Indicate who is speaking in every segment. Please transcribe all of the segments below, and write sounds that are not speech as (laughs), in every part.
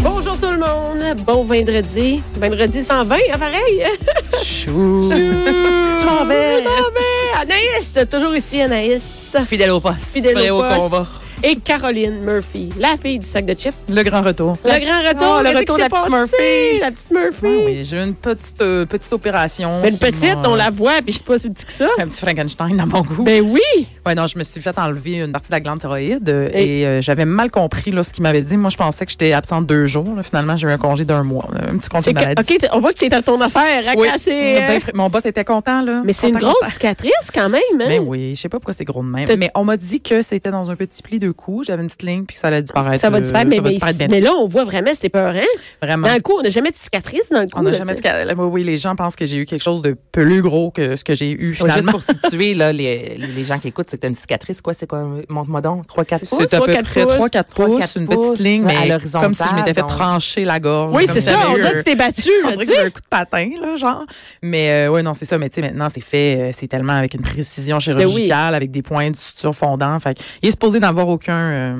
Speaker 1: Bonjour tout le monde, bon vendredi. Vendredi 120, hein, pareil.
Speaker 2: Chou.
Speaker 1: Je
Speaker 2: m'en vais.
Speaker 1: Anaïs, toujours ici Anaïs.
Speaker 2: Fidèle au poste.
Speaker 1: Fidèle
Speaker 2: prêt
Speaker 1: au poste.
Speaker 2: combat.
Speaker 1: Et Caroline Murphy, la fille du sac de chips.
Speaker 2: Le grand retour.
Speaker 1: Le grand retour,
Speaker 2: Oh, le
Speaker 1: qu'est-ce qui
Speaker 2: retour de la
Speaker 1: s'est
Speaker 2: petite
Speaker 1: passé?
Speaker 2: Murphy.
Speaker 1: La petite Murphy.
Speaker 2: Oui, oui, j'ai eu une petite, euh, petite opération.
Speaker 1: Ben, une
Speaker 2: qui
Speaker 1: petite,
Speaker 2: m'a-
Speaker 1: on la voit, puis je sais pas si petit que ça.
Speaker 2: Un petit Frankenstein dans mon goût.
Speaker 1: Ben oui.
Speaker 2: Ouais, non, je me suis fait enlever une partie de la glande thyroïde euh,
Speaker 1: Et-
Speaker 2: et, euh, j'avais mal compris là, ce qu'il m'avait dit. Moi, je pensais que j'étais absente deux jours. là. Finalement, j'ai eu un congé d'un mois. là, Un petit congé
Speaker 1: C'est
Speaker 2: de
Speaker 1: que-
Speaker 2: maladie.
Speaker 1: OK, t'es- on voit que c'est à ton affaire, à
Speaker 2: Oui.
Speaker 1: casser,
Speaker 2: Ben,
Speaker 1: hein.
Speaker 2: pr- mon boss était content. Là.
Speaker 1: Mais c'est une
Speaker 2: Content,
Speaker 1: grosse
Speaker 2: content.
Speaker 1: cicatrice quand même, hein?
Speaker 2: Mais Ben oui, je sais pas pourquoi c'est gros de même.
Speaker 1: T'as-
Speaker 2: Mais on m'a dit que c'était dans un petit pli de cou. J'avais une petite ligne puis que ça allait disparaître.
Speaker 1: Ça va
Speaker 2: euh,
Speaker 1: disparaître, mais,
Speaker 2: ça va
Speaker 1: mais,
Speaker 2: disparaître bien.
Speaker 1: mais là, on voit vraiment, c'était peur, hein?
Speaker 2: Vraiment.
Speaker 1: Dans le coup, on n'a jamais de cicatrice dans le coup.
Speaker 2: On n'a
Speaker 1: là,
Speaker 2: jamais
Speaker 1: tu
Speaker 2: dit que- oui, oui, les gens pensent que j'ai eu quelque chose de plus gros que ce que j'ai eu
Speaker 3: Ouais,
Speaker 2: finalement.
Speaker 3: juste pour situer là, les, les gens qui écoutent, c'est une cicatrice, quoi. C'est quoi? Montre-moi donc. 3-4 pouces.
Speaker 2: c'est à
Speaker 1: trois,
Speaker 2: peu
Speaker 1: quatre
Speaker 2: près
Speaker 1: pouces.
Speaker 2: 3 4
Speaker 3: Trois,
Speaker 2: pouces,
Speaker 3: quatre
Speaker 2: une
Speaker 3: pouces,
Speaker 2: petite ligne
Speaker 3: à
Speaker 2: mais
Speaker 3: l'horizontale,
Speaker 2: comme si je m'étais fait
Speaker 3: donc.
Speaker 2: trancher la gorge.
Speaker 1: Oui,
Speaker 2: comme
Speaker 1: c'est
Speaker 2: si
Speaker 1: ça.
Speaker 2: j'avais
Speaker 1: On
Speaker 2: eu
Speaker 1: dirait que
Speaker 2: un-
Speaker 1: tu t'es battu.
Speaker 2: on
Speaker 1: là,
Speaker 2: dirait
Speaker 1: tu
Speaker 2: que j'ai
Speaker 1: sais.
Speaker 2: eu un coup de patin, là, genre. Mais euh, ouais, non, c'est ça. Mais tu sais, maintenant, c'est fait. euh, c'est tellement avec une précision chirurgicale, avec des points de suture fondant. Fait que il est supposé n'avoir aucun. euh,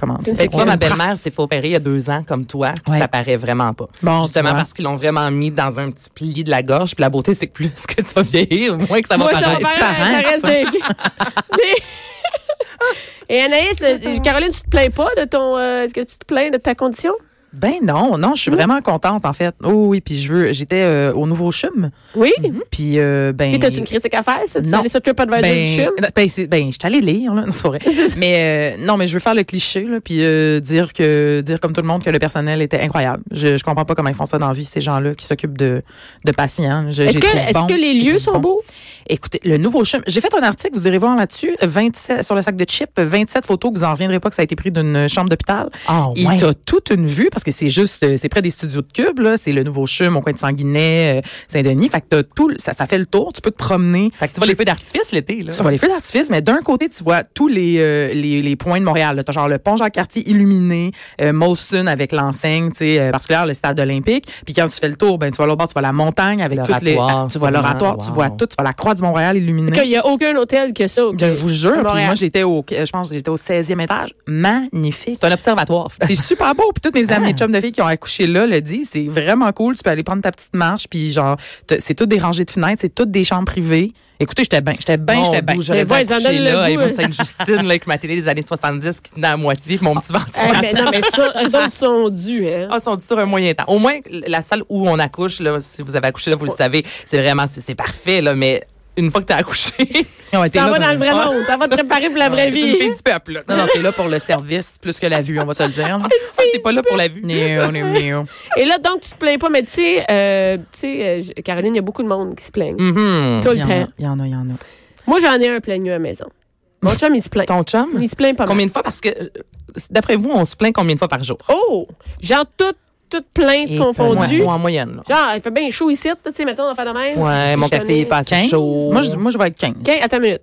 Speaker 2: comment dire,
Speaker 3: Fait que tu vois,
Speaker 2: aucune
Speaker 3: ma
Speaker 2: trace.
Speaker 3: belle-mère s'est fait opérer il y a deux ans, comme toi, puis
Speaker 2: Ouais.
Speaker 3: ça paraît vraiment pas.
Speaker 2: Bon, tu
Speaker 3: Justement
Speaker 2: vois.
Speaker 3: parce qu'ils l'ont vraiment mis dans un petit pli de la gorge, puis la beauté, c'est que plus que tu vas vieillir, moins que ça va
Speaker 1: Moi, ça
Speaker 3: paraître.
Speaker 1: va paraître, ça reste
Speaker 3: (laughs)
Speaker 1: dingue. Mais- (laughs) Et Anaïs, euh, Caroline, tu te plains pas de ton. euh, Est-ce que tu te plains de ta condition?
Speaker 2: Ben non, non, je suis vraiment contente en fait. Oh oui, puis je veux. J'étais euh, au nouveau chum.
Speaker 1: Oui?
Speaker 3: Mm-hmm.
Speaker 2: Puis euh, ben.
Speaker 1: Et t'as-tu une critique à faire? Ça? Tu
Speaker 2: Non.
Speaker 1: allais sur TripAdvisor du
Speaker 2: Ben,
Speaker 1: chum?
Speaker 2: non, ben, c'est- ben, je suis allée lire, là, (laughs) non, c'est vrai. mais euh, non, mais je veux faire le cliché, là, puis euh, dire que dire comme tout le monde que le personnel était incroyable. Je, je comprends pas comment ils font ça dans la vie, ces gens-là qui s'occupent de, de patients. Je- je
Speaker 1: Est-ce que,
Speaker 2: trouve
Speaker 1: est-ce
Speaker 2: bons,
Speaker 1: que les
Speaker 2: je
Speaker 1: lieux
Speaker 2: trouve
Speaker 1: sont
Speaker 2: bons.
Speaker 1: beaux?
Speaker 2: Écoutez, le nouveau chum, j'ai fait un article, vous irez voir là-dessus, 27 sur le sac de chips, 27 photos que vous en reviendrez pas que ça a été pris d'une chambre d'hôpital.
Speaker 3: Ah,
Speaker 2: Il
Speaker 3: ouais.
Speaker 2: t'a toute une vue parce que c'est juste, euh, c'est près des studios de Cube, là. C'est le nouveau chum au coin de Sanguinet, euh, Saint-Denis. Fait que t'as tout, le- ça, ça fait le tour. Tu peux te promener.
Speaker 3: Fait que tu vois les feux d'artifice l'été, là.
Speaker 2: Tu vois les feux d'artifice, mais d'un côté, tu vois tous les, euh, les, les points de Montréal. là. T'as genre le pont Jean-Cartier illuminé, euh, Molson avec l'enseigne, tu sais, euh, particulière, le stade olympique. Puis quand tu fais le tour, ben, tu vois l'autre bord, tu vois la montagne avec toutes les,
Speaker 3: L'oratoire,
Speaker 2: tu vois
Speaker 3: sûrement.
Speaker 2: l'oratoire, tu
Speaker 3: Wow.
Speaker 2: vois tout, tu vois la croix du Montréal illuminée.
Speaker 1: Qu'il n'y a aucun hôtel que ça.
Speaker 2: Je vous
Speaker 1: À
Speaker 2: jure. Puis
Speaker 1: Montréal.
Speaker 2: moi, j'étais au, je pense, que j'étais au 16e étage. Magnifique.
Speaker 3: C'est un observatoire. (laughs)
Speaker 2: C'est super beau. Puis toutes mes amies chums de filles qui ont accouché là le disent. C'est vraiment cool. Tu peux aller prendre ta petite marche. Puis genre, t'as- c'est toutes des rangées de fenêtres. C'est toutes des chambres privées. Écoutez, j'étais bien. J'étais bien.
Speaker 3: Mon
Speaker 2: J'étais bien.
Speaker 3: Dieu,
Speaker 1: Mais
Speaker 3: j'aurais dû
Speaker 1: vois, ils en
Speaker 3: accoucher
Speaker 1: donnent le
Speaker 3: là,
Speaker 1: goût,
Speaker 3: et moi,
Speaker 1: hein.
Speaker 2: (laughs)
Speaker 3: Sainte-Justine, là, avec ma télé des années 70 qui tenait à moitié, puis mon petit
Speaker 1: Eh, (laughs)
Speaker 3: ventilateur.
Speaker 1: mais non, mais ça, eux autres sont dus. Hein?
Speaker 3: Ah, sont sur un moyen temps. Au moins, la salle où on accouche, là, si vous avez accouché, là, vous le savez, c'est vraiment, c'est c'est parfait, là, mais une fois que t'as accouché,
Speaker 2: Ouais,
Speaker 1: Tu
Speaker 2: t'es
Speaker 1: t'en
Speaker 2: là
Speaker 1: vas
Speaker 2: pour-
Speaker 1: dans le vrai
Speaker 3: Ah.
Speaker 1: monde. Tu vas te préparer
Speaker 3: (laughs)
Speaker 1: pour la vraie
Speaker 3: t'es une
Speaker 1: vie.
Speaker 3: fille du peuple, là.
Speaker 2: Non, non, t'es là pour le service plus que la vue. On va se le dire. là.
Speaker 3: Ah,
Speaker 2: oh,
Speaker 3: T'es pas là pour la vue.
Speaker 2: Néo, néo, néo.
Speaker 1: Et là, donc, tu te plains pas, mais tu sais, euh, tu sais, euh, j- Caroline, il y a beaucoup de monde qui se plaignent.
Speaker 3: Mhm.
Speaker 1: Tout
Speaker 2: Il
Speaker 1: le
Speaker 2: y en a,
Speaker 1: temps.
Speaker 2: il y en a, il y en a. Ah,
Speaker 1: Moi, j'en ai un plaigneux à la maison. Mon chum, il se plaint.
Speaker 3: Ton chum?
Speaker 1: Il se plaint pas mal.
Speaker 3: Combien de fois? Parce que, euh, d'après vous, on se plaint combien de fois par jour?
Speaker 1: Oh! Genre, toutes toutes plaintes
Speaker 2: Et
Speaker 3: Moi,
Speaker 1: confondues.
Speaker 3: moi, en moyenne, là.
Speaker 1: Genre, il fait bien chaud ici, tu sais, mettons, on va faire de même.
Speaker 3: Ouais,
Speaker 1: Si
Speaker 3: mon
Speaker 1: je connais-
Speaker 3: café est pas assez
Speaker 2: 15?
Speaker 3: chaud.
Speaker 2: Moi, je, moi, je vais être 15.
Speaker 1: OK, attends une minute.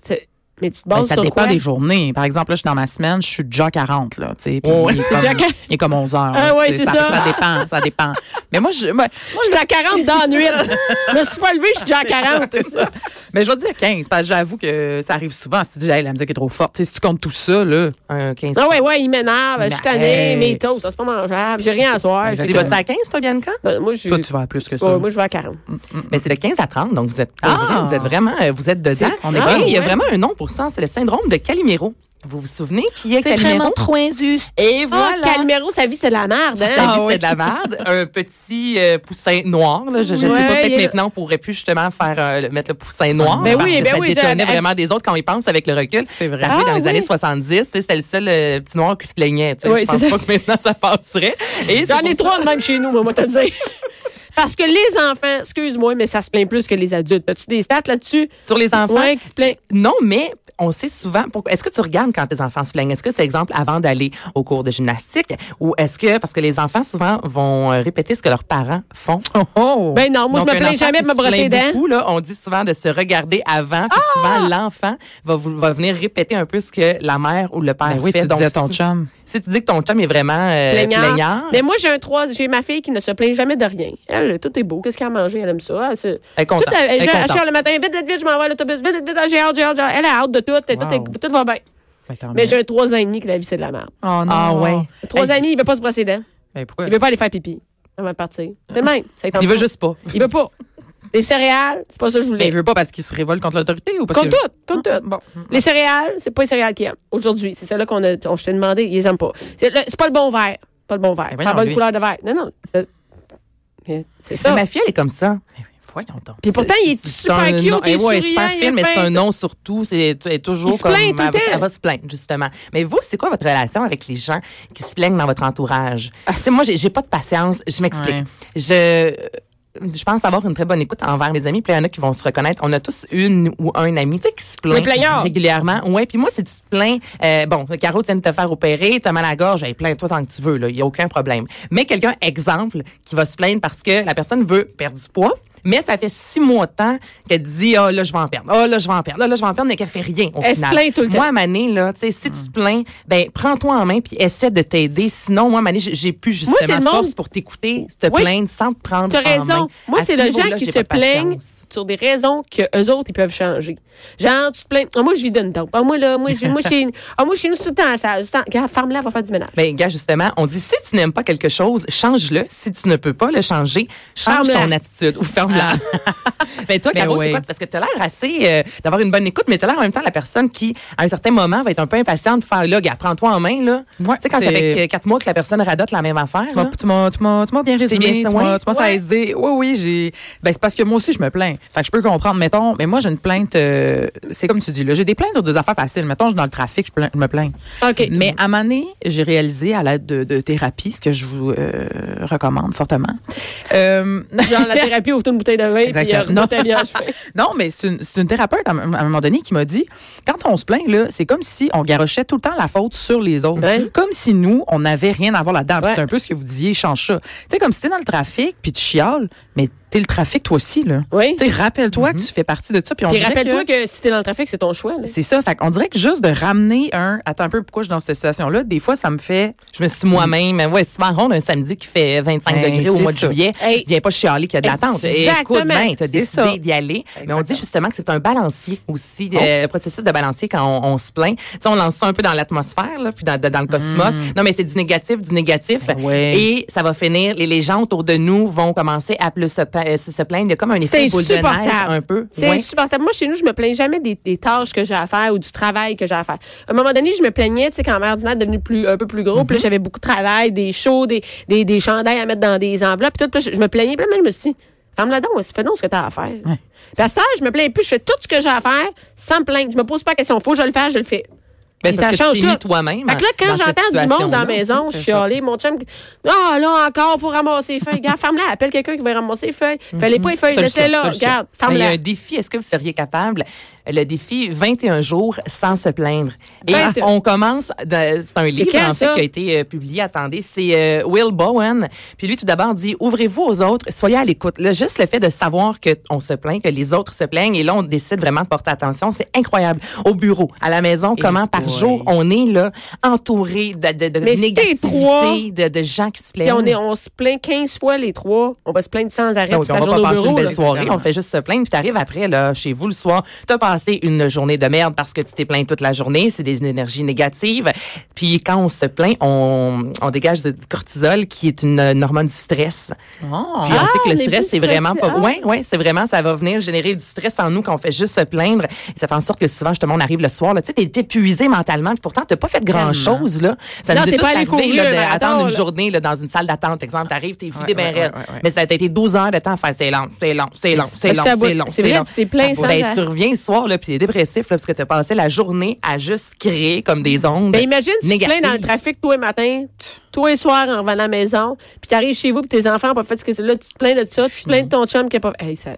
Speaker 1: C'est- Mais tu te
Speaker 2: Ben,
Speaker 1: bases
Speaker 2: ça
Speaker 1: sur
Speaker 2: dépend
Speaker 1: quoi?
Speaker 2: des journées. Par exemple, là, je suis dans ma semaine, je suis déjà 40, là, tu sais. puis
Speaker 3: Oh, Ouais.
Speaker 2: Il, est comme-
Speaker 1: Déjà 40.
Speaker 2: il est comme 11 heures.
Speaker 1: Ah
Speaker 2: là,
Speaker 1: ouais,
Speaker 2: tu sais,
Speaker 1: c'est ça.
Speaker 2: ça. dépend, ça dépend. Mais moi, je, ben,
Speaker 1: Moi, je suis à 40 dans la nuit. Je me suis pas levée, je suis déjà à
Speaker 3: Ah,
Speaker 1: 40.
Speaker 2: (laughs) c'est ça. Mais je vais dire 15, parce que j'avoue que ça arrive souvent. Si tu dis, hey, la musique est trop forte, tu sais, si tu comptes tout ça, là.
Speaker 3: Un 15.
Speaker 1: Ah ouais, ouais, il m'énerve, je suis
Speaker 2: Mais-
Speaker 1: tannée, mes toasts, ça, c'est pas mangeable, j'ai
Speaker 2: Ben,
Speaker 1: rien à soir.
Speaker 3: Tu vas-tu à 15, toi, Bianca?
Speaker 1: Ben, Moi, je
Speaker 3: Mm.
Speaker 2: Toi, tu vas à
Speaker 3: Oh,
Speaker 2: plus que ça.
Speaker 1: Ouais, moi, je vais à 40.
Speaker 3: Mais c'est de 15 à 30, donc vous êtes,
Speaker 2: Ah!
Speaker 3: pour vrai, vous êtes vraiment, euh, vous êtes dedans.
Speaker 2: C'est- on est
Speaker 3: Et
Speaker 2: bon,
Speaker 3: Il y
Speaker 1: Ah,
Speaker 3: a
Speaker 1: ouais.
Speaker 3: vraiment un nom pour ça, c'est le syndrome de Calimero. Vous vous souvenez qui est Calimero?
Speaker 2: trop injuste.
Speaker 3: Et
Speaker 1: Ah,
Speaker 3: voilà.
Speaker 1: Calmero, sa vie, c'est de la merde, hein?
Speaker 3: La vie,
Speaker 2: Ah
Speaker 3: c'est de la merde. Un petit euh, poussin noir. Là. Je ne sais
Speaker 1: Ouais,
Speaker 3: pas,
Speaker 1: il
Speaker 3: peut-être
Speaker 1: est-
Speaker 3: maintenant, on pourrait plus justement faire euh, mettre le poussin noir.
Speaker 1: Ben
Speaker 3: parce
Speaker 1: oui,
Speaker 3: que
Speaker 1: ben
Speaker 3: ça
Speaker 1: oui,
Speaker 3: détonnait
Speaker 1: ça-
Speaker 3: vraiment des autres quand ils pensent avec le recul. C'est
Speaker 2: vrai.
Speaker 3: arrivé
Speaker 1: Ah,
Speaker 3: dans les
Speaker 1: oui.
Speaker 3: années 70. tu sais, C'était le seul euh, petit noir qui se plaignait. tu sais.
Speaker 1: Oui,
Speaker 3: je pense
Speaker 1: c'est ça.
Speaker 3: pas que maintenant, ça passerait. Et c'est
Speaker 1: J'en
Speaker 3: pour
Speaker 1: ai
Speaker 3: ça-
Speaker 1: trois de même chez nous, moi, moi, t'as dit. Parce que les enfants, excuse-moi, mais ça se plaint plus que les adultes. As-tu des stats là-dessus?
Speaker 3: Sur les enfants?
Speaker 1: Ouais, qui se plaint.
Speaker 3: Non, mais on sait souvent. pourquoi- Est-ce que tu regardes quand tes enfants se plaignent? Est-ce que c'est exemple avant d'aller au cours de gymnastique? Ou est-ce que, parce que les enfants souvent vont euh, répéter ce que leurs parents font?
Speaker 2: Oh, oh.
Speaker 1: Ben non, moi,
Speaker 3: Donc,
Speaker 1: je me
Speaker 3: un
Speaker 1: plains
Speaker 3: enfant
Speaker 1: jamais
Speaker 3: qui
Speaker 1: de me
Speaker 3: se
Speaker 1: brosser les
Speaker 3: plaint
Speaker 1: dents. Ah!
Speaker 3: beaucoup, là, on dit souvent de se regarder avant, puis souvent l'enfant va, vou- va venir répéter un peu ce que la mère ou le père
Speaker 2: Ben oui,
Speaker 3: fait.
Speaker 2: tu disais à
Speaker 3: si-
Speaker 2: ton chum.
Speaker 3: Si tu dis que ton chum est vraiment euh,
Speaker 1: Plaignard.
Speaker 3: plaignard,
Speaker 1: Mais moi, j'ai un trois, j'ai ma fille qui ne se plaint jamais de rien. Elle, tout est beau. Qu'est-ce qu'elle a mangé? Elle aime ça. Elle, se-
Speaker 3: Elle est contente.
Speaker 1: Tout, elle,
Speaker 3: Elle est
Speaker 1: je-
Speaker 3: contente.
Speaker 1: je sors le matin, vite, vite, vite, je m'en vais à l'autobus. Vite, vite, vite, j'ai hâte, j'ai hâte, j'ai hâte. Elle a hâte de tout. et Tout,
Speaker 2: Wow.
Speaker 1: est- tout va bien.
Speaker 2: Ben, tant
Speaker 1: Mais
Speaker 2: mieux.
Speaker 1: j'ai un trois ans et demi que la vie, c'est de la merde.
Speaker 2: Oh non.
Speaker 3: Ah ouais.
Speaker 1: Trois ans et demi, il veut pas se brosser les dents.
Speaker 2: Ben, pourquoi?
Speaker 1: Il veut pas aller faire pipi avant de partir. C'est le même. Ça lui tente
Speaker 3: il veut
Speaker 1: pas.
Speaker 3: juste pas.
Speaker 1: Il veut pas. Les céréales, c'est pas ça que je
Speaker 2: Ben,
Speaker 1: voulais.
Speaker 2: il veut pas parce qu'il se révolte contre l'autorité ou parce
Speaker 1: Comme
Speaker 2: que... Hein?
Speaker 1: tout, comme tout.
Speaker 2: Bon.
Speaker 1: Les céréales, c'est pas les céréales qu'ils aiment. Aujourd'hui, c'est celle-là qu'on a, on, je t'ai demandé, ils les aiment pas. C'est, le- c'est pas le bon verre. Pas le bon verre.
Speaker 3: Eh
Speaker 1: pas
Speaker 3: ben
Speaker 1: la
Speaker 3: non,
Speaker 1: bonne
Speaker 3: lui.
Speaker 1: couleur de verre. Non, non. Le- Mais C'est ça.
Speaker 3: Ma fille, elle est comme ça. Ben oui, Voyons donc.
Speaker 1: Puis pourtant, il est
Speaker 3: C'est- c'est
Speaker 1: super
Speaker 3: un
Speaker 1: cute,
Speaker 3: nom-
Speaker 1: il est
Speaker 3: eh ouais,
Speaker 1: souriant,
Speaker 3: super
Speaker 1: il est
Speaker 3: film, mais c'est
Speaker 1: fin.
Speaker 3: un nom surtout. C'est elle est toujours
Speaker 1: Il se
Speaker 3: comme.
Speaker 1: plaint tout le
Speaker 3: elle, va,
Speaker 1: temps.
Speaker 3: elle va se plaindre, justement. Mais vous, c'est quoi votre relation avec les gens qui se plaignent dans votre entourage?
Speaker 1: Ah,
Speaker 3: Tu sais, moi, j'ai j'ai pas de patience. Je m'explique.
Speaker 2: Ouais.
Speaker 3: Je. Je pense avoir une très bonne écoute envers mes amis. Puis il y en a qui vont se reconnaître. On a tous une ou un ami tu sais, qui se
Speaker 1: Le
Speaker 3: plaint
Speaker 1: plaignard.
Speaker 3: régulièrement. Ouais. Puis moi, si tu te plains, euh, bon, Caro, tu viens de te faire opérer, t'as mal à la gorge, hey, plains-toi tant que tu veux, là, y a aucun problème. Mais quelqu'un, exemple, qui va se plaindre parce que la personne veut perdre du poids, mais ça fait six mois de temps qu'elle dit, ah là, je vais en perdre, ah là, je vais en perdre, ah là, je vais en perdre, mais qu'elle fait rien au
Speaker 1: Elle se
Speaker 3: final.
Speaker 1: plaint tout le temps.
Speaker 3: Moi, à Mané, là, tu sais, si tu te plains, ben, prends-toi en main puis essaie de t'aider. Sinon, moi, à Mané, j'ai j'ai plus justement
Speaker 1: c'est le monde-
Speaker 3: force pour t'écouter, te
Speaker 1: Oui.
Speaker 3: plaindre sans te prendre
Speaker 1: T'as
Speaker 3: en main.
Speaker 1: raison. Moi,
Speaker 3: À
Speaker 1: c'est
Speaker 3: ce
Speaker 1: le gens
Speaker 3: niveau-là,
Speaker 1: qui
Speaker 3: j'ai
Speaker 1: se
Speaker 3: pas de
Speaker 1: plaignent
Speaker 3: patience.
Speaker 1: sur des raisons que eux autres, ils peuvent changer. Genre, tu te plains. Ah, moi, je vis d'une taupe. Ah, moi, là, moi, j'ai- moi,
Speaker 3: (laughs)
Speaker 1: chez, ah, moi, chez nous, c'est tout le temps à ça. Regarde, ferme-la, va faire du ménage.
Speaker 3: Ben, gars, justement, on dit si tu n'aimes pas quelque chose, change-le. Si tu ne peux pas le changer, change
Speaker 1: Ferme-la.
Speaker 3: ton attitude ou (laughs) ferme-la. ben, toi,
Speaker 2: Ben
Speaker 3: Caro,
Speaker 2: ouais.
Speaker 3: c'est quoi? Parce que t'as l'air assez euh, d'avoir une bonne écoute, mais t'as l'air en même temps la personne qui, à un certain moment, va être un peu impatiente de faire là, gars, prends-toi en main, là.
Speaker 2: Ouais,
Speaker 3: tu sais, quand ça
Speaker 2: c'est-
Speaker 3: fait que quatre mois que la personne radote la même affaire,
Speaker 2: Tu
Speaker 3: là.
Speaker 2: m'as- Tu m'as- tu m'as tu m'as bien
Speaker 3: C'est
Speaker 2: résumé.
Speaker 3: bien ça,
Speaker 2: tu m'as
Speaker 3: ouais.
Speaker 2: tu m'as
Speaker 3: Ouais.
Speaker 2: saisi. Oui, oui, j'ai. Ben, c'est parce que moi aussi, je me plains. Fait que je peux comprendre. Mettons, mais moi, j'ai une plainte. euh, c'est comme tu dis, là. J'ai des plaintes sur deux affaires faciles. Mettons, je suis dans le trafic, je, plains- je me plains.
Speaker 1: OK.
Speaker 2: Mais à Mané, j'ai réalisé à l'aide de, de thérapie, ce que je vous euh, recommande fortement. Euh,
Speaker 1: Genre,
Speaker 3: (laughs)
Speaker 1: la thérapie, ouvre une bouteille de vin, puis
Speaker 2: Exactement.
Speaker 1: euh,
Speaker 2: Non.
Speaker 1: remets ta vie en chemin.
Speaker 2: non, mais c'est une, c'est une thérapeute à, m- à un moment donné qui m'a dit quand on se plaint, là, c'est comme si on garochait tout le temps la faute sur les autres.
Speaker 1: Ouais.
Speaker 2: Comme si nous, on n'avait rien à voir là-dedans. Puis
Speaker 1: Ouais.
Speaker 2: C'est un peu ce que vous disiez, change ça. Tu sais, comme si t'es dans le trafic, puis tu chiales, mais t'es le trafic toi aussi, là.
Speaker 1: Oui. Mm-hmm.
Speaker 2: Tu sais, rappelle-toi que tu fais partie de ça. Puis on
Speaker 1: Puis
Speaker 2: dirait
Speaker 1: rappelle-toi
Speaker 2: que-
Speaker 1: que si t'es dans le trafic, c'est ton choix. là.
Speaker 2: C'est ça. Fait qu'on dirait que juste de ramener un. Attends un peu, pourquoi je suis dans cette situation-là? Des fois, ça me fait.
Speaker 3: Je me suis moi-même, euh, ouais, souvent ronde un samedi qui fait 25
Speaker 2: Hey,
Speaker 3: degrés au
Speaker 2: c'est
Speaker 3: mois de
Speaker 2: ça.
Speaker 3: juillet.
Speaker 1: Hey.
Speaker 3: Viens pas chialer qu'il y a de l'attente. Et
Speaker 1: Exactement.
Speaker 3: Écoute, ben, t'as
Speaker 2: C'est ça. Oh.
Speaker 3: décidé d'y aller. Mais on dit justement que c'est un balancier aussi, euh, le processus de balancier quand on, on se plaint. Tu sais, on lance ça un peu dans l'atmosphère, là, puis dans, dans le cosmos. Non, mais c'est du négatif, du négatif.
Speaker 2: Ben Hmm. ouais.
Speaker 3: Et ça va finir, les, les gens autour de nous vont commencer à plus se, pla- euh, se- se plaindre. Il y a comme un
Speaker 1: C'est
Speaker 3: effet boule de neige
Speaker 1: insupportable.
Speaker 3: un peu.
Speaker 1: C'est
Speaker 3: Ouais.
Speaker 1: insupportable. Moi, chez nous, je me plains jamais des, des tâches que j'ai à faire ou du travail que j'ai à faire. À un moment donné, je me plaignais, tu sais, quand ma ordinaire est devenue plus, un peu plus gros,
Speaker 3: Mhm.
Speaker 1: puis là, j'avais beaucoup de travail, des shows, des, des, des chandails à mettre dans des enveloppes, puis tout, puis là, je, je me plaignais, puis là, je me suis dit, ferme-la donc, fais donc ce que t'as à faire. Puis à cette heure, je me plains plus, je fais tout ce que j'ai à faire sans me plaindre. Je me pose pas la question, faut que je le fasse, je le fais.
Speaker 3: Ben,
Speaker 1: Puis
Speaker 3: c'est parce que tu t'es
Speaker 1: tout.
Speaker 3: mis toi-même
Speaker 1: Fait que là, quand
Speaker 3: dans cette
Speaker 1: j'entends du monde dans la
Speaker 3: situation-là,
Speaker 1: maison, je
Speaker 3: c'est
Speaker 1: suis
Speaker 3: ça.
Speaker 1: allée, mon chum, ah là encore, faut ramasser les feuilles. Regarde, ferme-la, appelle quelqu'un qui va ramasser les feuilles. Fallait pas les feuilles,
Speaker 3: Mhm. Ça, je sais,
Speaker 1: laissez-la.
Speaker 3: ça, je sais.
Speaker 1: Regarde,
Speaker 3: Mais Il y a
Speaker 1: ferme-la.
Speaker 3: un défi. Est-ce que vous seriez capable? Le défi 21 jours sans se plaindre. Et
Speaker 1: 21.
Speaker 3: on commence. de- C'est un livre
Speaker 1: quel,
Speaker 3: en fait,
Speaker 1: ça?
Speaker 3: qui a été euh, publié. Attendez, c'est euh, Will Bowen. Puis lui, tout d'abord, dit ouvrez-vous aux autres, soyez à l'écoute. Là, juste le fait de savoir que on se plaint, que les autres se plaignent, et là, on décide vraiment de porter attention. C'est incroyable. Au bureau, à la maison, comment par
Speaker 2: boy.
Speaker 3: jour on est là entouré de, de, de
Speaker 1: Mais si t'es
Speaker 3: négativité,
Speaker 1: trois,
Speaker 3: de, de gens qui se plaignent.
Speaker 1: Puis on, est, on se plaint 15 fois les trois. On va se plaindre sans arrêt.
Speaker 3: Donc,
Speaker 1: toute
Speaker 3: Ben on
Speaker 1: la journée au
Speaker 3: va pas passer
Speaker 1: bureau,
Speaker 3: une belle
Speaker 1: là. Ben,
Speaker 3: soirée, on fait juste se plaindre, puis t'arrives après là, chez vous le soir, t'as passé une journée de merde parce que tu t'es plaint toute la journée, c'est des énergies négatives. Puis quand on se plaint, on, on dégage du du cortisol qui est une, euh, une hormone du stress. Puis
Speaker 1: Ah,
Speaker 3: on sait que
Speaker 1: on
Speaker 3: le
Speaker 1: est
Speaker 3: stress
Speaker 1: plus
Speaker 3: c'est vraiment
Speaker 1: stressé.
Speaker 3: pas
Speaker 1: Ah.
Speaker 3: ouais, ouais, c'est vraiment ça va venir générer du stress en nous quand on fait juste se plaindre. Et ça fait en sorte que souvent justement on arrive le soir là, tu sais t'es épuisé mentalement. Puis pourtant, t'as pas fait grand-chose, là. Ça
Speaker 1: Non,
Speaker 3: nous est
Speaker 1: t'es
Speaker 3: tous
Speaker 1: pas allé
Speaker 3: arrivé,
Speaker 1: courir
Speaker 3: là,
Speaker 1: un
Speaker 3: de
Speaker 1: marathon,
Speaker 3: attendre une
Speaker 1: là.
Speaker 3: journée, là, dans une salle d'attente. Exemple, t'arrives, t'es vidé
Speaker 2: Ouais,
Speaker 3: ben
Speaker 2: ouais,
Speaker 3: raide.
Speaker 2: ouais, ouais, ouais.
Speaker 3: Mais ça t'a été 12 heures de temps à faire, c'est long, c'est long, c'est long, c'est
Speaker 1: Parce
Speaker 3: long,
Speaker 1: que t'as
Speaker 3: c'est
Speaker 1: beau-
Speaker 3: long,
Speaker 1: c'est vrai,
Speaker 3: long.
Speaker 1: tu t'es plaint sans
Speaker 3: Ben,
Speaker 1: arrêt.
Speaker 3: tu reviens ce soir, là, puis t'es dépressif, là, parce que t'as passé la journée à juste créer comme des ondes.
Speaker 1: Ben imagine si tu te plains
Speaker 3: négatives.
Speaker 1: dans le trafic toi et matin, t- toi et soir en revenant à la maison, puis t'arrives chez vous, puis tes enfants ont pas fait ce que c'est. là tu te plains de ça, tu te plains de ton chum qui est pas hey, ça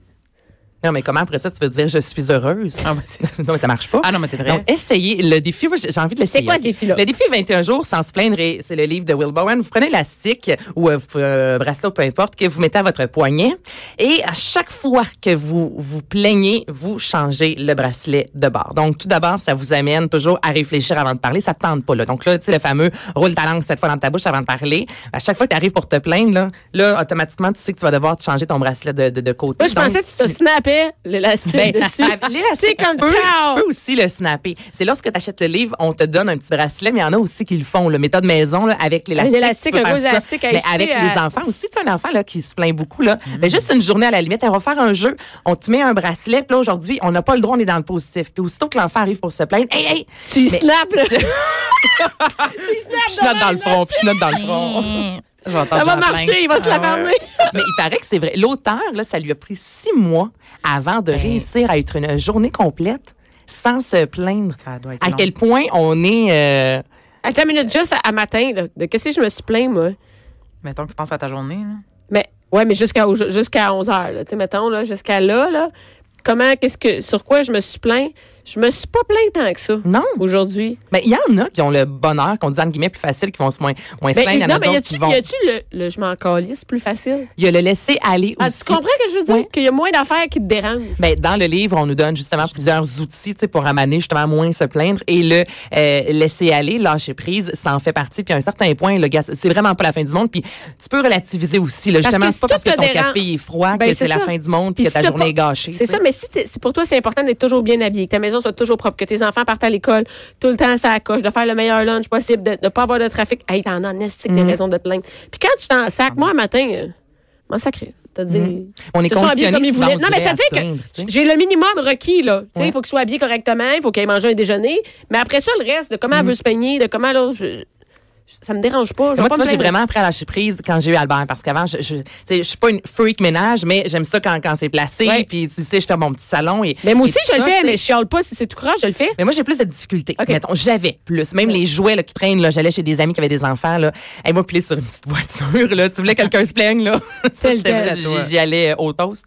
Speaker 3: Non, mais comment après ça, tu veux dire je suis heureuse?
Speaker 2: Ah, ben,
Speaker 3: (laughs)
Speaker 2: c'est-
Speaker 3: non, mais ça marche pas.
Speaker 2: Ah non, mais c'est vrai.
Speaker 3: Donc, essayez le défi. Moi, j'ai j'ai envie de l'essayer.
Speaker 1: C'est quoi ce
Speaker 3: ok?
Speaker 1: défi-là?
Speaker 3: Le défi 21 jours sans se plaindre, et c'est le livre de Will Bowen. Vous prenez l'élastique ou euh, euh, bracelet, peu importe, que vous mettez à votre poignet. Et à chaque fois que vous vous plaignez, vous changez le bracelet de bord. Donc, tout d'abord, ça vous amène toujours à réfléchir avant de parler. Ça te tente pas, là. Donc là, tu sais, le fameux roule ta langue cette fois dans ta bouche avant de parler. À chaque fois que tu arrives pour te plaindre, là, là, automatiquement, tu sais que tu vas devoir te changer ton bracelet de, de, de côté.
Speaker 1: Moi je
Speaker 3: Donc,
Speaker 1: pensais que tu te snappais l'élastique
Speaker 3: (laughs) ben,
Speaker 1: dessus.
Speaker 3: ah, l'élastique,
Speaker 1: C'est comme
Speaker 3: tu peux,
Speaker 1: ça.
Speaker 3: tu peux aussi le snapper. C'est lorsque tu achètes le livre, on te donne un petit bracelet, mais il y en a aussi qui le font, le méthode maison, là, avec l'élastique.
Speaker 1: Un élastique,
Speaker 3: tu
Speaker 1: un
Speaker 3: peux faire
Speaker 1: gros
Speaker 3: ça.
Speaker 1: élastique à
Speaker 3: Mais
Speaker 1: acheter
Speaker 3: avec
Speaker 1: à- Mm-hmm.
Speaker 3: les enfants aussi, tu as un enfant là, qui se plaint beaucoup. Là. Ben, juste une journée à la limite, on va faire un jeu, on te met un bracelet, puis là, aujourd'hui, on n'a pas le droit, on est dans le positif. Puis aussitôt que l'enfant arrive pour se plaindre, hey, hey,
Speaker 1: Tu y
Speaker 3: Mais-
Speaker 1: snaps
Speaker 3: (laughs)
Speaker 1: là. tu y
Speaker 3: je
Speaker 1: snaps
Speaker 3: note dans le front, puis je note dans le front.
Speaker 1: Hmm. Ça va marcher, il va
Speaker 2: Ah
Speaker 3: Ah
Speaker 1: se la fermer.
Speaker 3: (laughs) Mais il paraît que c'est vrai. L'auteur, là, ça lui a pris six mois avant
Speaker 1: Ben.
Speaker 3: de réussir à être une journée complète sans se plaindre.
Speaker 2: Ça doit être
Speaker 3: à
Speaker 2: long.
Speaker 3: quel point on est. euh,
Speaker 1: Attends une minute juste à, à matin là, de qu'est-ce que je me suis plaint moi
Speaker 2: Mettons que tu penses à ta journée. là.
Speaker 1: Mais ouais, mais jusqu'à au- jusqu'à 11 heures, là. tu sais mettons là jusqu'à là là, comment qu'est-ce que sur quoi je me suis plaint Je me suis pas plaint tant que ça.
Speaker 3: Non.
Speaker 1: Aujourd'hui.
Speaker 3: Mais Ben, il y en a qui ont le bonheur, qu'on dit entre guillemets plus facile, qui vont se moins, moins se
Speaker 1: Ben,
Speaker 3: plaindre. Il y en
Speaker 1: non,
Speaker 3: a
Speaker 1: mais y
Speaker 3: d'autres qui
Speaker 1: a-tu
Speaker 3: vont.
Speaker 1: y a-tu le, le je m'en calisse plus facile?
Speaker 3: Il y a le laisser aller
Speaker 1: Ah,
Speaker 3: aussi.
Speaker 1: tu comprends que je veux dire?
Speaker 3: Ouais.
Speaker 1: Qu'il y a moins d'affaires qui te dérangent.
Speaker 3: Ben, dans le livre, on nous donne justement plusieurs outils tu sais, pour amener justement à moins se plaindre et le euh, laisser aller, lâcher prise, ça en fait partie. Puis à un certain point, le gars, c'est vraiment pas la fin du monde. Puis tu peux relativiser aussi. Là,
Speaker 1: Parce
Speaker 3: justement,
Speaker 1: que
Speaker 3: c'est pas
Speaker 1: si
Speaker 3: parce
Speaker 1: tout
Speaker 3: que
Speaker 1: te
Speaker 3: ton
Speaker 1: dérange-
Speaker 3: café est froid
Speaker 1: Ben,
Speaker 3: que c'est la
Speaker 1: ça.
Speaker 3: fin du monde
Speaker 1: Puis
Speaker 3: puis que
Speaker 1: si
Speaker 3: ta
Speaker 1: t'as
Speaker 3: journée
Speaker 1: pas-
Speaker 3: est gâchée.
Speaker 1: C'est
Speaker 3: tu sais.
Speaker 1: ça, mais si t'es- si pour toi c'est important d'être toujours bien habillé, que ta maison soit toujours propre, que tes enfants partent à l'école, tout le temps ça accroche, de faire le meilleur lunch possible, de ne pas avoir de trafic, hey, t'en as en estique
Speaker 3: Mm-hmm.
Speaker 1: des raisons de te plaindre. Puis quand tu t'en sacs, moi un matin, euh, m'en sacré. T'as dit.
Speaker 3: On est
Speaker 1: Ils se sont habillés
Speaker 3: conditionnés
Speaker 1: comme ils
Speaker 3: souvent,
Speaker 1: voulaient.
Speaker 3: Mm-hmm. on
Speaker 1: Non, mais
Speaker 3: dirait,
Speaker 1: ça
Speaker 3: à
Speaker 1: veut
Speaker 3: se
Speaker 1: dire
Speaker 3: plaindre,
Speaker 1: que
Speaker 3: tu sais.
Speaker 1: j'ai le minimum requis, là. Tu sais,
Speaker 3: Ouais.
Speaker 1: Il faut qu'il soit habillé correctement, il faut qu'il ait mangé un déjeuner. Mais après ça, le reste, de comment elle veut se peigner, de comment, là, je- je- ça me dérange pas. je vais
Speaker 3: Mm-hmm. Moi,
Speaker 1: pas
Speaker 3: tu
Speaker 1: me
Speaker 3: vois, j'ai
Speaker 1: plaindre.
Speaker 3: vraiment appris à lâcher prise quand j'ai eu Albert, parce qu'avant, je, je, tu sais, je suis pas une freak ménage, mais j'aime ça quand, quand c'est placé,
Speaker 1: Ouais.
Speaker 3: puis tu sais, je fais mon petit salon. Et,
Speaker 1: Mais moi
Speaker 3: et
Speaker 1: aussi,
Speaker 3: tout
Speaker 1: je le
Speaker 3: ça,
Speaker 1: fais,
Speaker 3: tu sais.
Speaker 1: mais je chiale pas si c'est tout croche, je le fais.
Speaker 3: Mais moi, j'ai plus de difficultés.
Speaker 1: OK.
Speaker 3: Mettons, j'avais plus. Même les jouets là, qui traînent, là, j'allais chez des amis qui avaient des enfants. Là. et moi, pilé sur une petite voiture. Là. Tu voulais que quelqu'un se plaigne. Là. (laughs) Ça,
Speaker 1: Tel
Speaker 3: c'était
Speaker 1: quel.
Speaker 3: vrai, j'y- J'y allais euh, au toast.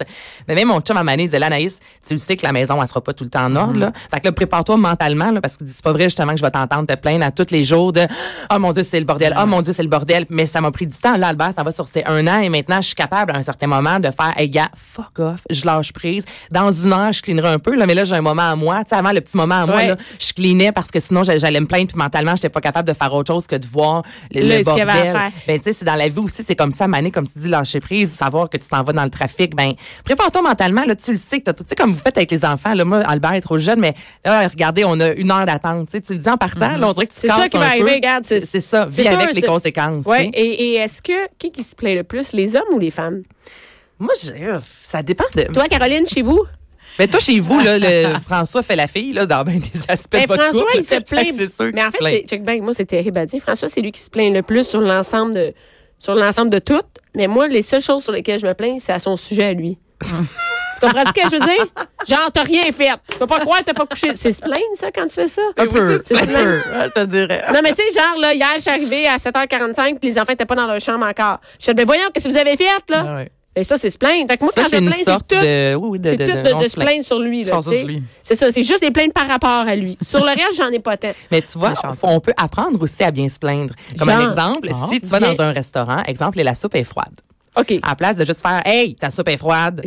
Speaker 3: Mais même mon chum à Mané disait, là, Anaïs, tu le sais que la maison, elle sera pas tout le temps en ordre. Là. Fait que là, prépare-toi mentalement, là, parce que c'est pas vrai justement que je vais t'entendre te plaindre à tous les jours de « Oh mon Dieu, c'est le bordel. Oh mon Dieu, c'est le bordel. » Mais ça m'a pris du temps. Là, Albert, ça va sur ses un an et maintenant, je suis capable à un certain moment de faire « Hey, gars, fuck off. Je lâche prise. Dans une heure, je cleanerai un peu. Là, mais là, j'ai un moment à moi. Tu sais, avant, le petit moment à moi,
Speaker 1: Ouais.
Speaker 3: là, je cleanais parce que sinon, j'a- j'allais me plaindre puis mentalement, j'étais pas capable de faire autre chose que de voir le,
Speaker 1: Là,
Speaker 3: le
Speaker 1: ce qu'il y
Speaker 3: bordel.
Speaker 1: avait à faire.
Speaker 3: Ben, tu sais, c'est dans la vie aussi, c'est comme ça, Mané, comme tu dis, lâcher prise, savoir que tu t'en vas dans le trafic. Ben, prépare-toi mentalement, là, tu le sais que t'as tout. Tu sais, comme vous faites avec les enfants, là, moi, Albert est trop jeune, mais là, regardez, on a une heure d'attente. Tu sais, tu le dis en partant, là, on dirait que
Speaker 1: Mm-hmm.
Speaker 3: tu
Speaker 1: C'est
Speaker 3: casses
Speaker 1: ça qui
Speaker 3: un
Speaker 1: va
Speaker 3: peu.
Speaker 1: arriver, regarde, c'est-
Speaker 3: C'est c'est ça, vis
Speaker 1: C'est sûr,
Speaker 3: avec les
Speaker 1: c'est-
Speaker 3: conséquences. tu
Speaker 1: Ouais.
Speaker 3: sais.
Speaker 1: Et, et est-ce que qui, qui se plaint le plus, les hommes ou les femmes?
Speaker 3: Moi, j'ai- euh, ça dépend de.
Speaker 1: Toi, Caroline, chez vous?
Speaker 3: Mais toi, chez vous, là,
Speaker 1: (laughs)
Speaker 3: le François fait la fille, là, dans ben des aspects
Speaker 1: Ben,
Speaker 3: de votre
Speaker 1: François,
Speaker 3: couple.
Speaker 1: il se
Speaker 3: (laughs) Fait
Speaker 1: plaint.
Speaker 3: que C'est sûr
Speaker 1: mais en
Speaker 3: qu'il se
Speaker 1: fait,
Speaker 3: plaint.
Speaker 1: c'est- check ben, moi, c'est terrible à dire. François, c'est lui qui se plaint le plus sur l'ensemble de sur l'ensemble de tout. Mais moi, les seules choses sur lesquelles je me plains, c'est à son sujet à
Speaker 3: (laughs)
Speaker 1: lui. tu comprends ce que je veux dire? Genre, t'as rien fait. Tu peux pas croire que t'as pas couché. C'est se plaindre, ça, quand tu fais ça?
Speaker 3: un peu,
Speaker 1: C'est se
Speaker 3: un
Speaker 1: plaindre.
Speaker 2: (laughs)
Speaker 3: peu,
Speaker 2: Ah,
Speaker 3: je te dirais.
Speaker 1: Non, mais tu sais, genre, là, hier, je suis arrivée à 7h45, puis les enfants étaient pas dans leur chambre encore. Je suis ben voyons, qu'est-ce que vous avez fait, là?
Speaker 3: Ah ouais.
Speaker 1: Et ça, c'est se plaindre. Fait que moi,
Speaker 3: Ça,
Speaker 1: quand je
Speaker 3: c'est une
Speaker 1: plains, c'est
Speaker 3: sorte
Speaker 1: tout.
Speaker 3: de. Oui, oui, de-
Speaker 1: C'est
Speaker 3: de-
Speaker 1: tout
Speaker 3: de-
Speaker 1: de,
Speaker 3: on
Speaker 1: de
Speaker 3: se
Speaker 1: se
Speaker 3: plaint.
Speaker 1: plaindre sur lui. là,
Speaker 2: Sans ça,
Speaker 1: tu sais.
Speaker 2: sur lui.
Speaker 1: C'est ça, c'est juste des plaintes par rapport à lui. Sur le reste, j'en ai pas tant.
Speaker 3: Mais tu vois, faut- on peut apprendre aussi à bien se plaindre. Comme
Speaker 1: Genre. Ah.
Speaker 3: un exemple, si tu vas
Speaker 1: Bien.
Speaker 3: dans un restaurant, exemple, et la soupe est froide.
Speaker 1: OK.
Speaker 3: À la place de juste faire Hey, ta soupe est froide.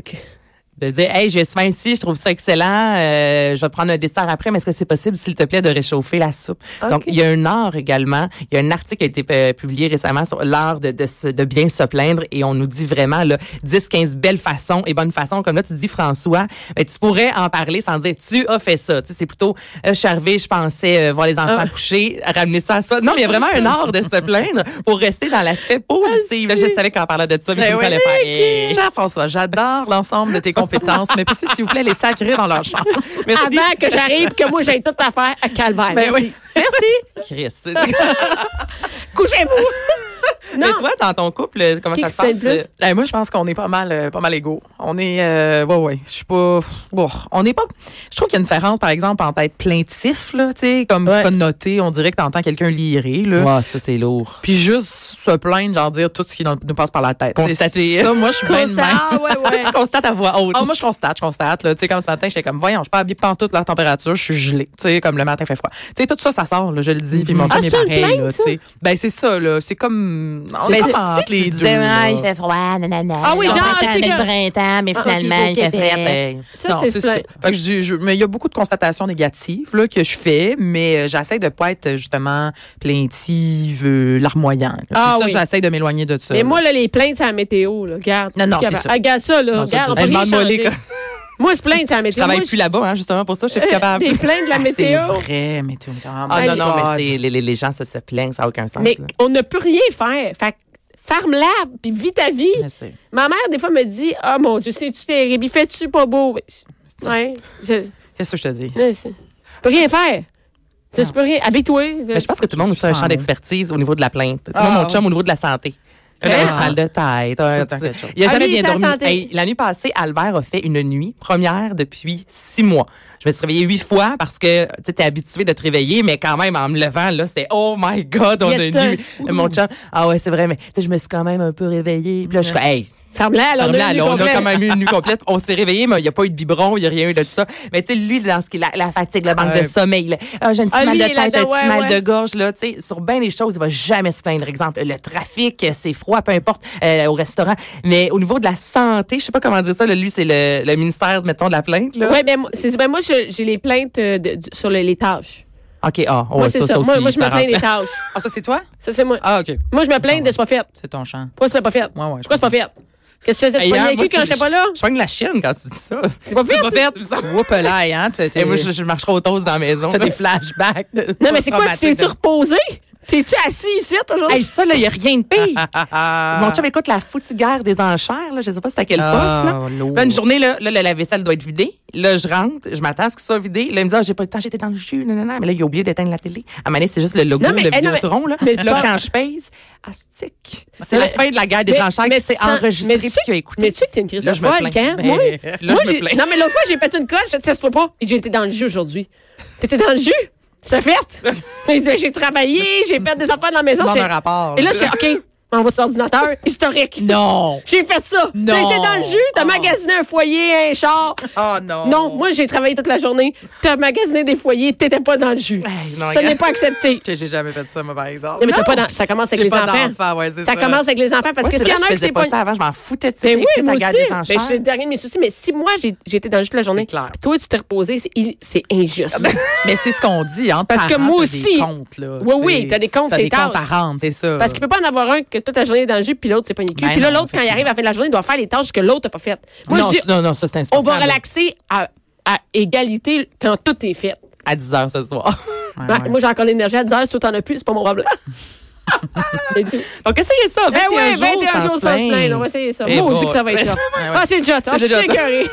Speaker 3: De dire Hey, j'ai faim ici, je trouve ça excellent, euh, je vais prendre un dessert après, mais est-ce que c'est possible, s'il te plaît, de réchauffer la soupe? Donc, il y a un art également. Il y a un article qui a été euh, publié récemment sur l'art de, de, se- de bien se plaindre et on nous dit vraiment là, 10, 15 belles façons et bonnes façons. Comme là, tu dis François, ben, tu pourrais en parler sans dire tu as fait ça. Tu sais, c'est plutôt euh, je suis arrivée, je pensais euh, voir les enfants coucher, ramener ça à soi. Non, mais il y a vraiment un art de se plaindre pour rester dans l'aspect positif. Là, je savais qu'en parlant de ça, mais
Speaker 2: Ben
Speaker 3: je
Speaker 2: oui.
Speaker 3: voulais faire. Hey.
Speaker 2: Cher François, j'adore l'ensemble de tes compétences, mais peux-tu, s'il vous plaît, les sacrer dans leur
Speaker 1: (laughs)
Speaker 2: chambre? Merci.
Speaker 1: Avant que j'arrive, que moi, j'ai tout à faire à calvaire.
Speaker 2: Ben oui.
Speaker 3: Merci. Chris.
Speaker 2: (laughs)
Speaker 1: Couchez-vous.
Speaker 3: Mais
Speaker 1: non.
Speaker 3: toi, dans ton couple, comment
Speaker 1: Qui
Speaker 3: ça se
Speaker 1: explique
Speaker 3: passe?
Speaker 1: plus?
Speaker 3: euh,
Speaker 2: Eh, moi, je pense qu'on est pas mal, euh, pas mal égaux. On est, euh, ouais, ouais, je suis pas, bon, on n'est pas. Je trouve qu'il y a une différence, par exemple, entre être plaintif, là, tu sais, comme
Speaker 1: Ouais.
Speaker 2: connoté, on dirait que t'entends quelqu'un lirer, là.
Speaker 3: Ouais, ça, c'est lourd.
Speaker 2: Puis juste se plaindre, genre dire tout ce qui nous nous passe par la tête.
Speaker 3: Constater.
Speaker 2: C'est Ça, moi, je suis bien de même.
Speaker 1: Ah, ouais,
Speaker 2: (laughs)
Speaker 1: ouais.
Speaker 3: Tu constates à voix haute.
Speaker 2: Ah, moi, je constate, je constate. là. Tu sais, comme ce matin, j'étais comme, voyons, je suis pas habillée pantoute, la température, je suis gelée. Tu sais, comme le matin, fait froid. Tu sais, tout ça, ça sort, là, je le dis, puis mon chum
Speaker 1: Ah,
Speaker 2: est
Speaker 1: c'est Ben, une
Speaker 2: pareil, là,
Speaker 1: plainte,
Speaker 2: tu sais. Ben, c'est ça, là. C'est comme, on
Speaker 3: Mais
Speaker 2: est
Speaker 3: c'est-
Speaker 2: comme entre
Speaker 3: si tu
Speaker 2: les deux,
Speaker 3: disais,
Speaker 2: là.
Speaker 3: Ah, il fait froid, nanana.
Speaker 1: Ah oui,
Speaker 3: On
Speaker 1: genre,
Speaker 3: pensait à
Speaker 1: tu sais
Speaker 3: mettre
Speaker 1: que-
Speaker 3: printemps, mais
Speaker 1: Ah,
Speaker 3: finalement,
Speaker 1: ok,
Speaker 3: il fait
Speaker 1: ok,
Speaker 3: frais. ben.
Speaker 1: Ça,
Speaker 2: non,
Speaker 1: c'est
Speaker 2: c'est ça.
Speaker 1: plein.
Speaker 2: Fait que j'ai- je- mais il y a beaucoup de constatations négatives là, que je fais, mais euh, j'essaie de pas être justement plaintive, euh, larmoyant. là.
Speaker 1: Ah
Speaker 2: c'est
Speaker 1: oui.
Speaker 2: ça, j'essaie de m'éloigner de ça.
Speaker 1: Mais
Speaker 2: là.
Speaker 1: moi, là, les plaintes, c'est à la météo, là. Regarde.
Speaker 2: Euh, Non, non,
Speaker 1: Regarde,
Speaker 2: c'est ça.
Speaker 1: Regarde ça, là.
Speaker 2: Non, ça,
Speaker 1: Regarde, on
Speaker 2: c'est-
Speaker 1: peut rien
Speaker 2: Demande-moi les
Speaker 1: changer. Moi, se plaindre, c'est à la
Speaker 3: Je
Speaker 1: météo.
Speaker 3: travaille
Speaker 1: Moi,
Speaker 3: plus là-bas, hein, justement pour
Speaker 2: (laughs)
Speaker 3: ça, je suis plus capable.
Speaker 1: Des plaintes de la
Speaker 2: Ah,
Speaker 1: météo.
Speaker 2: C'est vrai, météo.
Speaker 3: Ah
Speaker 1: Hey,
Speaker 3: non, non,
Speaker 1: God.
Speaker 3: mais c'est- les, les- les gens, ça se plaignent, ça n'a aucun sens.
Speaker 1: Mais
Speaker 2: Ah,
Speaker 3: là.
Speaker 1: on ne peut rien faire. Fait que ferme-la, puis vis ta vie.
Speaker 2: Mais c'est-
Speaker 1: Ma mère, des fois, me dit Ah mon Dieu, c'est-tu terrible? Il fait-tu pas beau? Ouais. Je,
Speaker 2: Qu'est-ce que je te dis?
Speaker 1: je- je peux rien faire. Tu sais, je peux rien. Habille-toi.
Speaker 3: Mais je pense que tout le monde a
Speaker 2: Je
Speaker 3: aussi un
Speaker 2: sens,
Speaker 3: champ
Speaker 2: moi.
Speaker 3: d'expertise au niveau de la plainte. Tu
Speaker 2: Ah,
Speaker 3: vois, mon
Speaker 2: oui.
Speaker 3: chum, au niveau de la santé. Un
Speaker 1: Ah.
Speaker 3: petit mal de tête. un
Speaker 2: Tout le temps
Speaker 3: petit-
Speaker 2: quelque chose.
Speaker 3: Il n'a jamais
Speaker 1: Ah, lui,
Speaker 3: bien
Speaker 1: sa
Speaker 3: dormi.
Speaker 1: santé.
Speaker 3: Hey, la nuit passée, Albert a fait une nuit première depuis six mois. Je me suis réveillée huit fois parce que tu es habitué de te réveiller, mais quand même, en me levant, là, c'est Oh my God, on
Speaker 1: Yes,
Speaker 3: a
Speaker 1: sir.
Speaker 3: une nuit. Mon chum, ah ouais, c'est vrai, mais tu sais, je me suis quand même un peu réveillée. Puis là, je suis comme, hey,
Speaker 1: Ferme-la, là, on
Speaker 3: Ferme-la,
Speaker 1: a eu
Speaker 3: là,
Speaker 1: le
Speaker 3: on a
Speaker 1: complet.
Speaker 3: quand même eu une nuit complète. On s'est réveillé, mais il n'y a pas eu de biberon, il n'y a rien eu de ça. Mais tu sais, lui, dans ce qui est la, la fatigue, le manque
Speaker 2: Ouais.
Speaker 3: de sommeil, là, Ah, j'ai un petit
Speaker 1: Ah,
Speaker 3: mal
Speaker 1: lui,
Speaker 3: de
Speaker 1: il est
Speaker 3: tête, un
Speaker 1: là-dedans,
Speaker 3: petit
Speaker 1: ouais,
Speaker 3: mal
Speaker 1: ouais.
Speaker 3: de gorge, là, tu sais, sur bien les choses, il va jamais se plaindre. Exemple, le trafic, c'est froid, peu importe, euh, au restaurant. Mais au niveau de la santé, je sais pas comment dire ça, là, lui, c'est le, le ministère, mettons, de la plainte, là.
Speaker 1: Oui, mais moi, c'est- ben, moi, je- j'ai les plaintes euh, de- du- sur le- les tâches.
Speaker 3: OK, ah, ouais,
Speaker 1: moi, c'est
Speaker 3: ça,
Speaker 1: ça.
Speaker 3: ça aussi,
Speaker 1: moi, moi, je
Speaker 3: ça
Speaker 1: me plains
Speaker 3: rentre.
Speaker 1: des tâches.
Speaker 3: (laughs)
Speaker 2: Ah, ça, c'est toi?
Speaker 1: Ça, c'est moi.
Speaker 2: Ah, OK.
Speaker 1: Moi, je me plains de ce pas fait.
Speaker 2: C'est ton champ.
Speaker 1: Pourquoi c'est pas fait?
Speaker 2: Ouais, ouais, je
Speaker 1: Pourquoi c'est pas fait? Qu'est-ce que tu faisais? Tu
Speaker 3: Hey,
Speaker 1: pognais
Speaker 3: hein,
Speaker 1: le
Speaker 3: moi,
Speaker 1: cul quand
Speaker 3: tu-
Speaker 1: j'étais pas là?
Speaker 3: Je soigne la chienne quand tu dis ça.
Speaker 1: C'est pas fait?
Speaker 3: C'est pas fait, il me semble.
Speaker 2: Whoop-a-lay, hein? Tu
Speaker 3: Et moi, je, je marche trop tôt dans la maison.
Speaker 2: T'as des
Speaker 3: flashbacks.
Speaker 1: Non, mais c'est quoi? Tu t'es-tu reposé? T'es-tu assis ici aujourd'hui? Ah.
Speaker 3: Hey, ça, là, il n'y a rien de pire.
Speaker 2: Ah,
Speaker 3: Mon
Speaker 2: Mon
Speaker 3: chum écoute la foutue guerre des enchères, là. Je sais pas c'est à quel
Speaker 2: Ah,
Speaker 3: poste, là.
Speaker 2: lourd.
Speaker 3: Là, une journée, là, là, la vaisselle doit être vidée. Là, je rentre, je m'attends à ce qu'il soit vidé. Là, il me dit, ah, j'ai pas le temps, j'étais dans le jus, non, non, non. Mais là, il a oublié d'éteindre la télé. À un moment donné, c'est juste le logo,
Speaker 1: Non, mais,
Speaker 3: le
Speaker 1: hey, non, mais-
Speaker 3: Vidéotron, là.
Speaker 1: mais tu
Speaker 3: là,
Speaker 1: parles-
Speaker 3: quand je pèse, astic. C'est
Speaker 1: Mais-
Speaker 3: la fin de la guerre des enchères qui s'est
Speaker 1: tu sens-
Speaker 3: enregistrée
Speaker 1: mais
Speaker 3: puis
Speaker 1: tu sais-
Speaker 3: qui a écouté.
Speaker 1: Mais tu sais que t'es une crise
Speaker 3: Là,
Speaker 1: de
Speaker 3: je me
Speaker 1: folle,
Speaker 3: plains.
Speaker 1: quand?
Speaker 3: Ben,
Speaker 1: Moi,
Speaker 3: là, je
Speaker 1: moi,
Speaker 3: me
Speaker 1: j'ai-
Speaker 3: plains.
Speaker 1: Non, mais l'autre fois, j'ai pété une coche, ça ne se pas. Et j'étais dans le jus aujourd'hui. T'étais dans le jus? C'est fait.
Speaker 3: (laughs)
Speaker 1: Puis il dit, J'ai travaillé, j'ai fait des affaires dans la maison.
Speaker 2: Demande
Speaker 3: ben,
Speaker 1: j'ai-
Speaker 2: un rapport,
Speaker 1: Et là,
Speaker 2: là.
Speaker 1: j'ai OK, on va sur l'ordinateur historique.
Speaker 2: Non!
Speaker 1: J'ai fait ça.
Speaker 2: Non.
Speaker 1: T'étais dans le jus, t'as
Speaker 3: Oh.
Speaker 2: Ah.
Speaker 1: magasiné un foyer, un char.
Speaker 2: Oh non!
Speaker 1: Non, moi, j'ai travaillé toute la journée. T'as magasiné des foyers, t'étais pas dans le jus.
Speaker 3: Hey,
Speaker 1: ça
Speaker 3: non, regarde.
Speaker 1: n'est pas accepté.
Speaker 2: Que j'ai jamais fait ça, moi, par exemple.
Speaker 1: Non, mais t'as pas dans- ça commence avec
Speaker 2: J'ai
Speaker 1: les
Speaker 2: pas
Speaker 1: enfants.
Speaker 2: d'enfants, ouais, c'est ça.
Speaker 1: commence avec les enfants parce
Speaker 3: Ouais,
Speaker 1: que
Speaker 3: c'est
Speaker 1: s'il y
Speaker 3: vrai,
Speaker 1: en a
Speaker 3: je
Speaker 1: un qui
Speaker 3: faisais
Speaker 1: s'est
Speaker 3: pas
Speaker 1: pas
Speaker 3: ça avant, je m'en foutais de ça.
Speaker 1: ben oui, moi
Speaker 3: la
Speaker 1: aussi.
Speaker 3: guerre des
Speaker 1: Ben, c'est le
Speaker 3: enchères.
Speaker 1: dernier de mes soucis, mais si moi, j'ai- j'étais dans le jus toute la journée,
Speaker 2: clair.
Speaker 1: puis toi, tu t'es reposé, c'est il- c'est injuste.
Speaker 2: Mais c'est ce qu'on dit, hein?
Speaker 1: Parce que moi aussi-
Speaker 2: Des comptes, là,
Speaker 1: Oui,
Speaker 2: tu sais.
Speaker 1: oui, t'as des comptes,
Speaker 2: T'as
Speaker 1: c'est
Speaker 2: des comptes à
Speaker 1: tard.
Speaker 2: rendre, c'est ça.
Speaker 1: Parce qu'il peut pas en avoir un que toute la journée est dans le jus, puis l'autre, c'est pas une cul.
Speaker 2: Ben
Speaker 1: Puis là,
Speaker 2: non,
Speaker 1: l'autre, quand il
Speaker 2: effectivement.
Speaker 1: arrive à la fin de la journée, il doit faire les tâches que l'autre n'a pas faites. Moi,
Speaker 3: non,
Speaker 1: je dis,
Speaker 3: tu- non, non, ça, c'est
Speaker 1: on va
Speaker 3: insupportable.
Speaker 1: relaxer à, à égalité quand tout est fait.
Speaker 3: À 10 h ce soir.
Speaker 2: Ouais,
Speaker 1: Ben,
Speaker 2: Ah, ouais.
Speaker 1: Moi, j'ai encore l'énergie à 10 heures, si toi, t'en as plus, c'est pas mon problème. C'est tout.
Speaker 3: Donc, essayez ça.
Speaker 1: Ben
Speaker 3: 21
Speaker 1: ouais,
Speaker 3: jours
Speaker 1: 21 jours sans se plaindre. On va essayer ça.
Speaker 3: Eh
Speaker 1: Moi, on
Speaker 3: bon.
Speaker 1: dit que ça va être ça.
Speaker 3: Ouais, ouais.
Speaker 1: Ah, c'est déjà. Ah,
Speaker 3: C'est
Speaker 1: Je suis
Speaker 3: déjà top.
Speaker 1: écœurée.